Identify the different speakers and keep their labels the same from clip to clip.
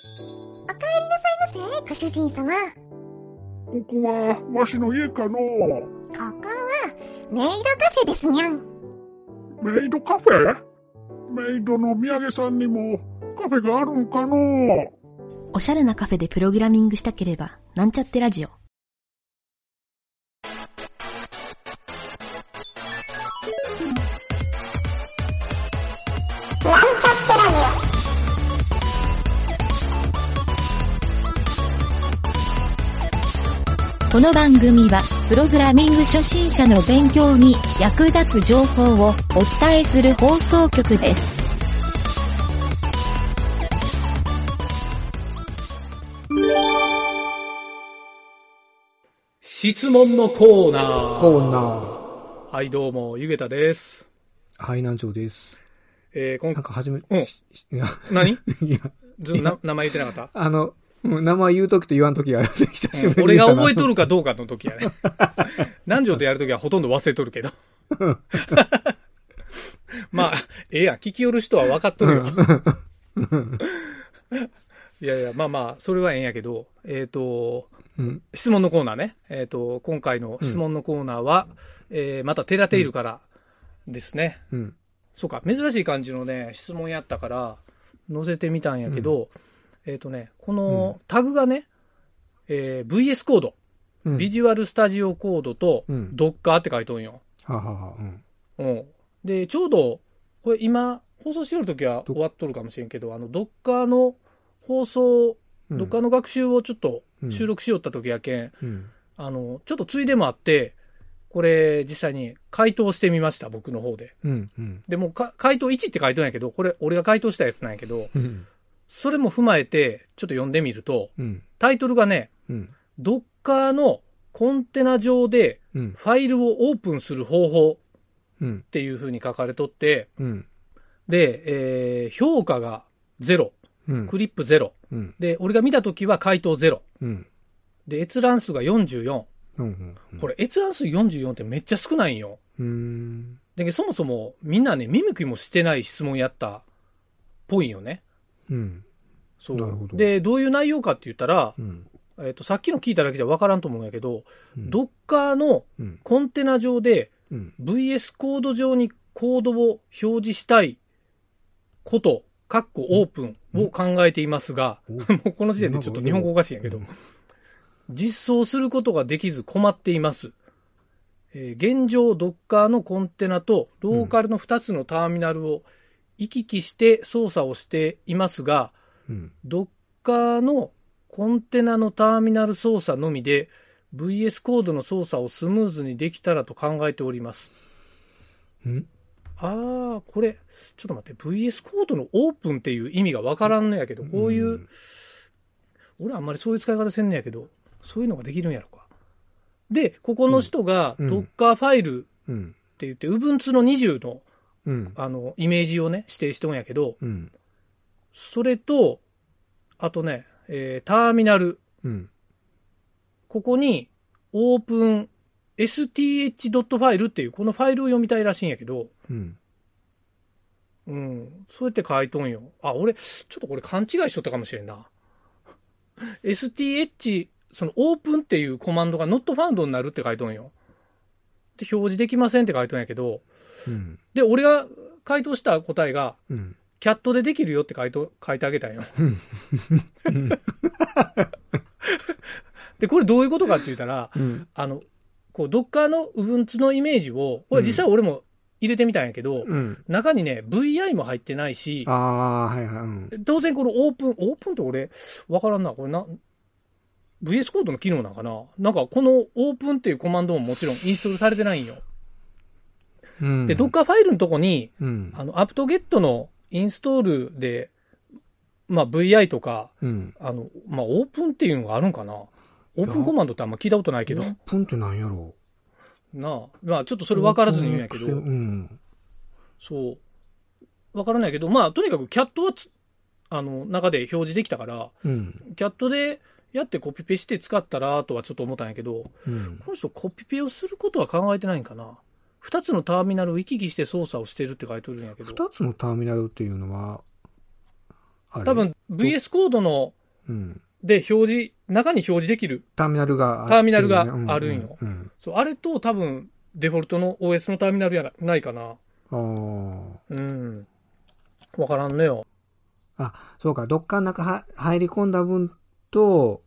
Speaker 1: お帰りなさいませ、ご主人様。
Speaker 2: ここはわしの家か
Speaker 1: こ
Speaker 2: の
Speaker 1: こは、メイドカフェですにゃん。
Speaker 2: メイドカフェメイドの土産さんにもカフェがあるんかの
Speaker 3: おしゃれなカフェでプログラミングしたければ、なんちゃってラジオ。
Speaker 1: なんちゃってラジオ。
Speaker 4: この番組は、プログラミング初心者の勉強に役立つ情報をお伝えする放送局です。
Speaker 5: 質問のコーナー。
Speaker 6: コーナー。
Speaker 5: はい、どうも、ゆげたです。
Speaker 6: はい、南條です。
Speaker 5: えー、こん
Speaker 6: なん、か初め、
Speaker 5: うん
Speaker 6: ししいや、
Speaker 5: 何
Speaker 6: いや、
Speaker 5: ずっとな名前言ってなかっ
Speaker 6: あの、うん名前言うときと言わんときが久
Speaker 5: た、
Speaker 6: しぶり
Speaker 5: うん俺
Speaker 6: に言
Speaker 5: が
Speaker 6: ったな
Speaker 5: 覚えとるかどうかの時やね。 南條とやる時はほとんど忘れとる けど。まあ、ええやん、聞き寄る人は分かっとるよ。 いやいや、まあまあ、それはええんやけど、えっ、と、
Speaker 6: うん。
Speaker 5: 質問のコーナーね。えっ、と、今回の質問のコーナーは、えーまたテラテイルからですね。
Speaker 6: うん。
Speaker 5: そうか、珍しい感じのね、質問やったから、載せてみたんやけど、えっ、とね、このタグがね、えー VS コード、
Speaker 6: うん。
Speaker 5: ビジュアルスタジオコードと、
Speaker 6: うん
Speaker 5: Docker って書いとんよ。
Speaker 6: ははは。う
Speaker 5: う
Speaker 6: ん。
Speaker 5: ん。で、ちょうど、これ今、放送しよるときは終わっとるかもしれんけど、あの、Docker の放送、
Speaker 6: うん
Speaker 5: Docker の学習をちょっと
Speaker 6: うん
Speaker 5: 収録しよったときやけん、
Speaker 6: うん。
Speaker 5: あの、ちょっとついでもあって、これ実際に回答してみました、僕の方で。
Speaker 6: うん。うん。
Speaker 5: で、もうか回答1って書いとんやけど、これ俺が回答したやつなんやけど、
Speaker 6: うん。
Speaker 5: それも踏まえて、ちょっと読んでみると、
Speaker 6: うん。
Speaker 5: タイトルがね、
Speaker 6: うん。
Speaker 5: Docker のコンテナ上で
Speaker 6: うん。
Speaker 5: ファイルをオープンする方法
Speaker 6: うん
Speaker 5: っ。ていう風に書かれとって、
Speaker 6: うん。
Speaker 5: で、えー評価が0、
Speaker 6: うん。
Speaker 5: クリップ0。
Speaker 6: うん。
Speaker 5: で、俺が見た時は回答0。
Speaker 6: うん。
Speaker 5: で、閲覧数が44。
Speaker 6: うん。
Speaker 5: これ、閲覧数44ってめっちゃ少ないんよ。
Speaker 6: うん。
Speaker 5: で、そもそもみんなね、見向きもしてない質問やったっぽいんよね。
Speaker 6: うん。
Speaker 5: そう。
Speaker 6: なるほど
Speaker 5: で、どういう内容かって言ったら
Speaker 6: う、ん。
Speaker 5: えっ、と、さっきの聞いただけじゃ分からんと思うんやけど、
Speaker 6: うん
Speaker 5: ドッカーの
Speaker 6: うん。
Speaker 5: コンテナ上で
Speaker 6: うん。
Speaker 5: VS コード上にコードを表示したいこと、カッコオープンを考えていますが、
Speaker 6: お
Speaker 5: もうこの時点でちょっと日本語おかしいんやけど、実装することができず困っています。えー現状、ドッカーのコンテナとローカルの2つのターミナルを行き来して操作をしていますが、
Speaker 6: うん。
Speaker 5: ドッカーのコンテナのターミナル操作のみで VS コードの操作をスムーズにできたらと考えております。
Speaker 6: うん。
Speaker 5: あー、これ、ちょっと待って、VS コードのオープンっていう意味がわからんのやけど、こういう、
Speaker 6: うん
Speaker 5: 俺あんまりそういう使い方せんねやけど、そういうのができるんやろか。で、ここの人が
Speaker 6: うん
Speaker 5: Docker ファイル
Speaker 6: うん。
Speaker 5: って言って、Ubuntu の20の
Speaker 6: うん。
Speaker 5: あのイメージをね、指定しとんやけど、
Speaker 6: うん。
Speaker 5: それと、あとね、えーターミナル、
Speaker 6: うん。
Speaker 5: ここに openSTH. ファイルっていうこのファイルを読みたいらしいんやけど、
Speaker 6: うん。
Speaker 5: うん、そうやって書いとんよ。あ、俺、ちょっとこれ勘違いしとったかもしれんな。STH、その open っていうコマンドが not found になるって書いとんよ。で、表示できませんって書いとんやけど、
Speaker 6: うん。
Speaker 5: で、俺が回答した答えが、
Speaker 6: うん。
Speaker 5: キャットでできるよって書いと、書いてあげたんよ。で、これどういうことかって言ったら、
Speaker 6: うん。
Speaker 5: あの、こう、ドッカーの Ubuntu のイメージを、これ実際俺も入れてみたんやけど、
Speaker 6: うん。
Speaker 5: 中にね、VI も入ってないし
Speaker 6: あ、あ、はいはい。うん。
Speaker 5: 当然このオープン、オープンって俺、わからんな、これな、VS コードの機能なんかななんかこのオープンっていうコマンドももちろんインストールされてないんよ。
Speaker 6: うん。
Speaker 5: で、ドッカーファイルのとこに、
Speaker 6: うん。
Speaker 5: あの、アプトゲットのインストールで、まあ VI とか、
Speaker 6: うん。
Speaker 5: あの、まあオープンっていうのがあるんかなオープンコマンドってあんま聞いたことないけど、
Speaker 6: ポンってなんやろ
Speaker 5: なあ、まあちょっとそれ分からずに言うんやけ
Speaker 6: う
Speaker 5: ど、
Speaker 6: ん。
Speaker 5: そう。わからないけど、まあ、とにかくキャットはつ、あの、中で表示できたから、
Speaker 6: うん。
Speaker 5: キャットでやってコピペして使ったら、とはちょっと思ったんやけど、
Speaker 6: うん。
Speaker 5: この人コピペをすることは考えてないんかな。二つのターミナルを行き来して操作をしてるって書いてるんやけど、
Speaker 6: 二つのターミナルっていうのは、あれ
Speaker 5: 多分 VS コードの
Speaker 6: うん。
Speaker 5: で、表示、中に表示できる。
Speaker 6: ターミナルがある、
Speaker 5: ターミナルがあるんよ
Speaker 6: うん。
Speaker 5: そう、あれと多分、デフォルトの OS のターミナルやらないかな。
Speaker 6: うんあ
Speaker 5: うん。わからんねよ。
Speaker 6: あ。あ、そうか。どっかの中は入り込んだ分と、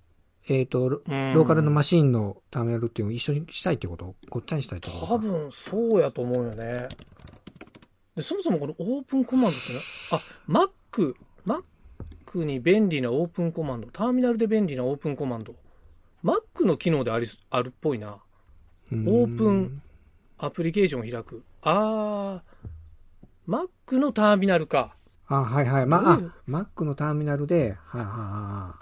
Speaker 6: えっ、と、ロ
Speaker 5: うん
Speaker 6: ローカルのマシンのターミナルっていうのを一緒にしたいってことごっちゃにしたいってことか
Speaker 5: 多分そうやと思うよね。で、そもそもこのオープンコマンドってね、あ、Mac、Mac に便利なオープンコマンド、ターミナルで便利なオープンコマンド。Mac の機能でありす、あるっぽいな。
Speaker 6: うん
Speaker 5: オープン。アプリケーションを開く。あー、Mac のターミナルか。
Speaker 6: あ、はいはい。まあ、
Speaker 5: どういう
Speaker 6: あ、Mac のターミナルで、はいはいは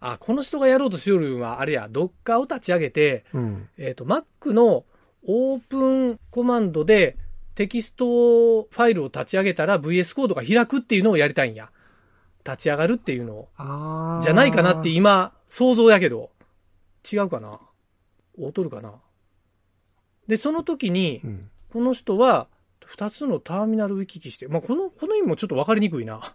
Speaker 5: あ、この人がやろうとしよるんは、あれや、Docker を立ち上げて、
Speaker 6: いはい。うん。
Speaker 5: えっ、と、Mac のオープンコマンドでテキストファイルを立ち上げたら VS コードが開くっていうのをやりたいんや。立ち上がるっていうのを。
Speaker 6: ああ。
Speaker 5: じゃないかなって今、想像やけど。違うかな劣るかなで、その時に
Speaker 6: う、ん。
Speaker 5: この人は2つのターミナルを行き来して、まあ、この、この意味もちょっとわかりにくいな。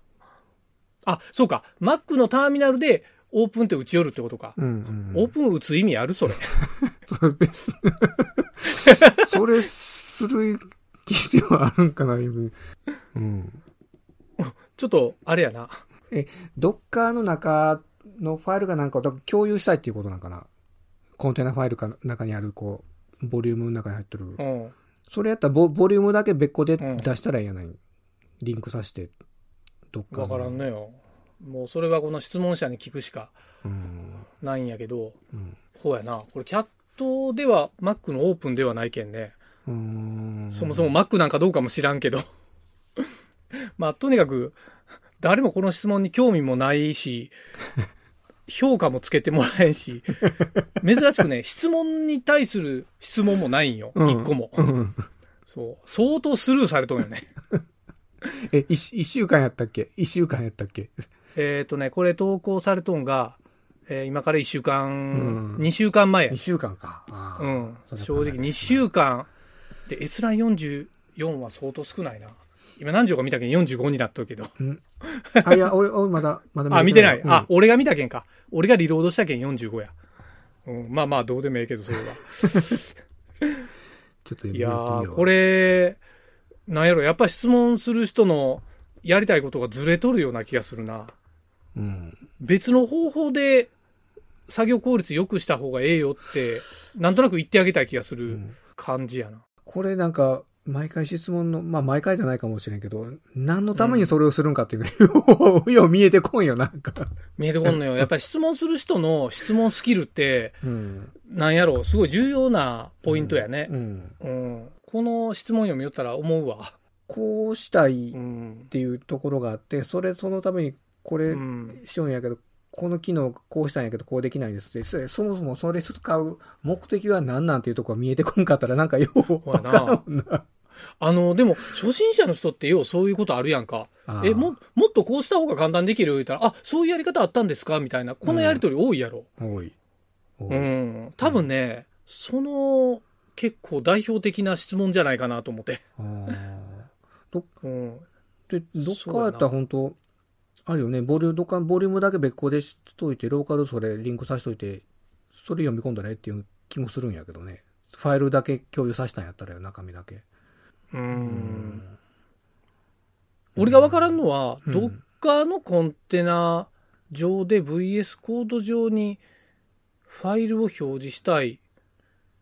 Speaker 5: あ、そうか。Mac のターミナルでオープンって打ち寄るってことか。
Speaker 6: うんうんうん。
Speaker 5: オープン打つ意味あるそれ。
Speaker 6: それ別にそれする必要あるんかな、今。うん。
Speaker 5: ちょっと、あれやな。
Speaker 6: どっかの中のファイルかなんかを共有したいっていうことなんかな。コンテナファイルか中にある、こう、ボリュームの中に入ってる
Speaker 5: う。ん。
Speaker 6: それやったらボ、ボリュームだけ別個で
Speaker 5: うん
Speaker 6: 出したらいいやない。リンクさせて、どっかの。
Speaker 5: わからんのよ。もうそれはこの質問者に聞くしか
Speaker 6: うん。
Speaker 5: ないんやけど、
Speaker 6: うん。
Speaker 5: ほうやな。これキャットでは Mac のオープンではないけんね。
Speaker 6: うーん。
Speaker 5: そもそも Mac なんかどうかも知らんけど。 まあとにかく、誰もこの質問に興味もないし、評価もつけてもらえんし、珍しくね、質問に対する質問もないんよ。
Speaker 6: うん
Speaker 5: 一個も。
Speaker 6: うん。
Speaker 5: そう。相当スルーされとんよね。
Speaker 6: え、一週一週間やったっけ一週間やったっけ
Speaker 5: えっとね、これ投稿されとんが、えー今から一週間、
Speaker 6: うん
Speaker 5: 二、週間前や
Speaker 6: 二週間か。あ
Speaker 5: う
Speaker 6: ー
Speaker 5: ん
Speaker 6: そ。れは
Speaker 5: 正直2週間で閲覧44は相当少ないな。今何条か見たけん45になっとるけど。
Speaker 6: あ、いや、俺、俺まだ、まだ
Speaker 5: あ、見てない。
Speaker 6: うん
Speaker 5: あ、俺が見たけんか。俺がリロードしたけん45や。うん、まあまあ、どうでもええけど、それ は。
Speaker 6: ちょっと
Speaker 5: い
Speaker 6: 今
Speaker 5: や
Speaker 6: やってみ
Speaker 5: ー、
Speaker 6: よう
Speaker 5: こ。れ、なんやろ、やっぱ質問する人のやりたいことがずれとるような気がするな。
Speaker 6: うん。
Speaker 5: 別の方法で作業効率良くした方がええよって、なんとなく言ってあげたい気がす
Speaker 6: う
Speaker 5: る
Speaker 6: ん
Speaker 5: 感じやな。
Speaker 6: これなんか、毎回質問の、まあ毎回じゃないかもしれんけど、何のためにそれをするんかっていう、 よう見えてこんよ、なんか。
Speaker 5: 見えてこんのよ。やっぱり質問する人の質問スキルって、
Speaker 6: うん。
Speaker 5: なんやろう、すごい重要なポイントやね
Speaker 6: う。ん。
Speaker 5: うん。この質問読みよったら思うわ。
Speaker 6: こうしたいっ
Speaker 5: うん。
Speaker 6: ていうところがあって、それ、そのためにこ
Speaker 5: う
Speaker 6: れ
Speaker 5: ん。
Speaker 6: しようんやけど、この機能こうしたんやけど、こうできないですって、そそもそもそれ使う目的は何なんていうところが見えてこんかったら、なんかよう
Speaker 5: ほや
Speaker 6: わ
Speaker 5: な
Speaker 6: からんもんな。
Speaker 5: あの、でも、初心者の人ってようそういうことあるやんか。
Speaker 6: あー
Speaker 5: え、も、もっとこうした方が簡単にできる言うたら、あ、そういうやり方あったんですかみたいな。このやりとり多いやろ。
Speaker 6: おい。お
Speaker 5: う
Speaker 6: い
Speaker 5: ん。多分ね、その、結構代表的な質問じゃないかなと思って。
Speaker 6: あー
Speaker 5: うん。
Speaker 6: で、どっ
Speaker 5: そ
Speaker 6: か
Speaker 5: うやな
Speaker 6: やったら本当あるよね、ボリューム、どっか、ボリュームだけ別個でしといて、ローカルそれリンクさせといて、それ読み込んだらええっていう気もするんやけどね。ファイルだけ共有させたんやったらよ、中身だけ。
Speaker 5: うん。俺が分からんのは、
Speaker 6: うん
Speaker 5: どっかのコンテナ上で VS コード上にファイルを表示したいっ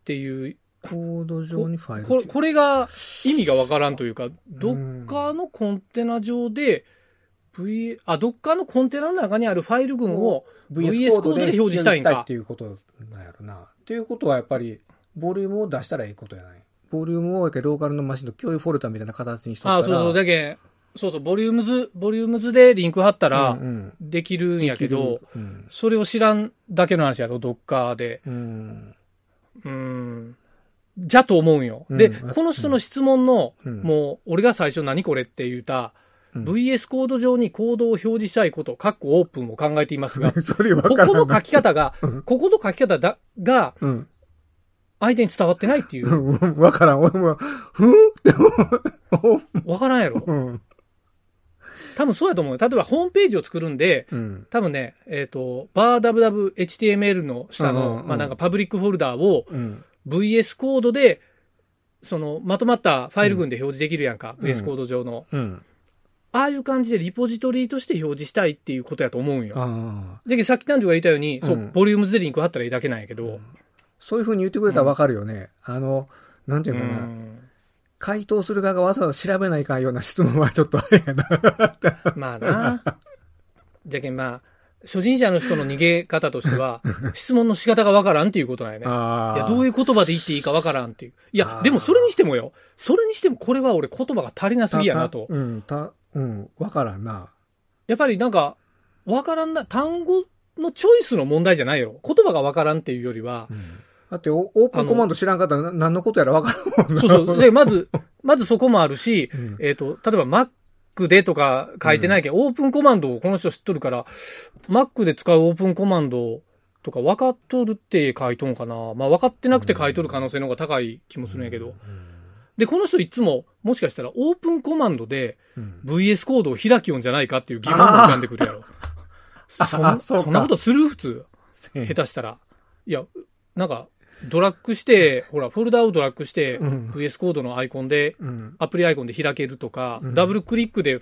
Speaker 5: ていう、
Speaker 6: コード上にファイル
Speaker 5: これこれが意味が分からんというか、どっかのコンテナ上で、V、あ、どっかのコンテナの中にあるファイル群を、VS コードで表示したいんか
Speaker 6: っていうことなんやろな。っていうことはやっぱり、ボリュームを出したらいいことやない。ボリュームをやけローカルのマシンの共有フォルダみたいな形にしとったら。
Speaker 5: あ、そうそう、だけんそうそう、ボリュームズ、ボリュームズでリンク貼った、
Speaker 6: から
Speaker 5: できるんやけど、
Speaker 6: うん。
Speaker 5: それを知らんだけの話やろ、どっかで。
Speaker 6: うん。
Speaker 5: うん。じゃと思うんよ。
Speaker 6: うん
Speaker 5: で、
Speaker 6: うん
Speaker 5: この人の質問の、
Speaker 6: うん
Speaker 5: もう、俺が最初何これって言うた、
Speaker 6: うん
Speaker 5: VS コード上にコードを表示したいこと、カッコオープンを考えていますが、こ
Speaker 6: そ れわからん
Speaker 5: この書き方が
Speaker 6: うん、
Speaker 5: ここの書き方だが、
Speaker 6: うん。
Speaker 5: 相手に伝わってないっていうう、
Speaker 6: んうん わからん。俺も、ふんって思う。
Speaker 5: わからんやろ。
Speaker 6: うん。
Speaker 5: 多分そうやと思うよ。例えばホームページを作るんで、
Speaker 6: うん。
Speaker 5: 多分ね、えっ、と、バー WWHTML の下の、
Speaker 6: うんうんうん
Speaker 5: まあなんかパブリックフォルダーを
Speaker 6: うん。
Speaker 5: VS コードで、その、まとまったファイル群で表示できるやんか。
Speaker 6: うん
Speaker 5: VS コード上の。
Speaker 6: うん。
Speaker 5: ああいう感じでリポジトリとして表示したいっていうことやと思うんよ。
Speaker 6: ああ。
Speaker 5: じゃけさっき男女が言ったように、そうう、
Speaker 6: ん
Speaker 5: ボリュームズでリンク貼ったらいいだけなんやけど。
Speaker 6: そういう風に言ってくれたらわかるよね。あの、なんて
Speaker 5: う
Speaker 6: いうかな。
Speaker 5: ん。
Speaker 6: 回答する側がわざわざ調べないかんような質問はちょっとあれや な。
Speaker 5: まあな。じゃけんまあ、初心者の人の逃げ方として は、質問の仕方がわからんっていうことなんやね。
Speaker 6: あ
Speaker 5: いや、どういうう言葉で言っていいかわからんっていう。いや
Speaker 6: あ、ー
Speaker 5: でもそれにしてもよ。それにしてもこれは俺言葉が足りなすぎやなと。
Speaker 6: うん、た、うん、わからんな。
Speaker 5: やっぱりなんか、わからんな、単語のチョイスの問題じゃないやろ。言葉がわからんっていうよりは、
Speaker 6: だってオ、オープンコマンド知らんかったらな何のことやらわからんもんな。
Speaker 5: そうそう。で、まず、まずそこもあるし、
Speaker 6: うん
Speaker 5: えっ、と、例えば Mac でとか書いてないけど、オープンコマンドをこの人知っとるから、Mac で使うオープンコマンドとか分かっとるって書いとんかな。まあ分かってなくて書いとる可能性の方が高い気もするんやけど。で、この人いつも、もしかしたらオープンコマンドで
Speaker 6: うん
Speaker 5: VS コードを開きよんじゃないかっていう疑問も浮かんでくるやろ。そそ
Speaker 6: あ
Speaker 5: ん
Speaker 6: そうか
Speaker 5: そんなことする普通。下手したら。いや、なんか、ドラッグして、ほら、フォルダをドラッグして、
Speaker 6: うん
Speaker 5: VS コードのアイコンで、
Speaker 6: うん。
Speaker 5: アプリアイコンで開けるとか、
Speaker 6: うん
Speaker 5: ダブルクリックで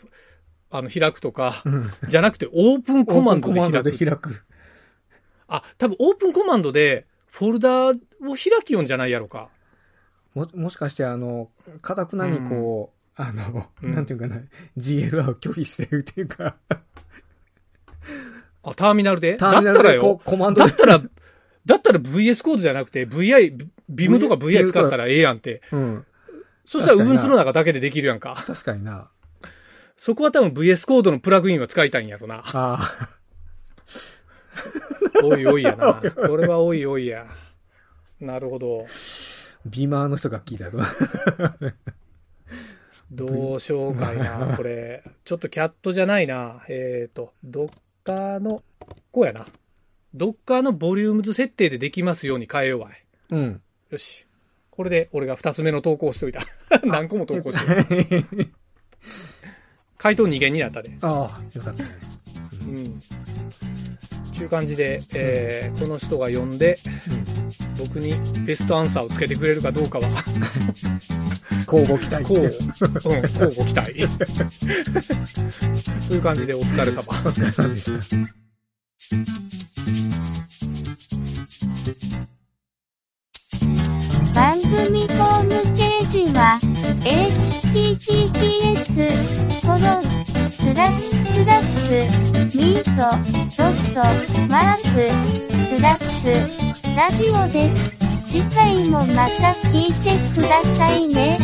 Speaker 5: あの開くとか、
Speaker 6: うん。
Speaker 5: じゃなくてオープンコマンドで
Speaker 6: オープ
Speaker 5: 開
Speaker 6: で
Speaker 5: く。
Speaker 6: 開く。
Speaker 5: あ、多分オープンコマンドでフォルダを開きよんじゃないやろか。
Speaker 6: も、もしかしてあの、かたくなにこう、あの、
Speaker 5: うん
Speaker 6: なんていうかな、GLR を 拒否してるっていうか、
Speaker 5: あ、ターミナルで
Speaker 6: ターミナ
Speaker 5: だっ
Speaker 6: ル
Speaker 5: たら
Speaker 6: でこ
Speaker 5: よ
Speaker 6: う、。コマンド
Speaker 5: だ
Speaker 6: で
Speaker 5: っ。たら、だったら VS コードじゃなくて VI、ビムとか VI 使ったらええやんって。
Speaker 6: うん。
Speaker 5: そしたら
Speaker 6: 確かにな
Speaker 5: Ubuntu の中だけでできるやんか。
Speaker 6: 確かにな。
Speaker 5: そこは多分 VS コードのプラグインは使いたいんやろな。
Speaker 6: あ
Speaker 5: おい おいやな。これはおいおいや。なるほど。
Speaker 6: あ、ビーマーの人が聞いたと。
Speaker 5: どうしようかいな、これ。ちょっとキャットじゃないな。えっ、と、ドッカーの、こうやな。ドッカーのボリュームズ設定でできますように変えようわい。
Speaker 6: うん。
Speaker 5: よし。これで俺が二つ目の投稿しといた。何個も投稿してる。 回答2限になったで。
Speaker 6: ああ、よかったね。
Speaker 5: うん。ちゅう感じで、えーこの人が呼んで、僕にベストアンサーをつけてくれるかどうかは、
Speaker 6: 交互期待
Speaker 5: こう、うん、こうご期 待。という感じでお疲れ様。
Speaker 6: お疲 れ様でした。
Speaker 7: 番組ホームページは https コロンスラッシュスラッシュミートドットマークスラッシュラジオです。次回もまた聞いてくださいね。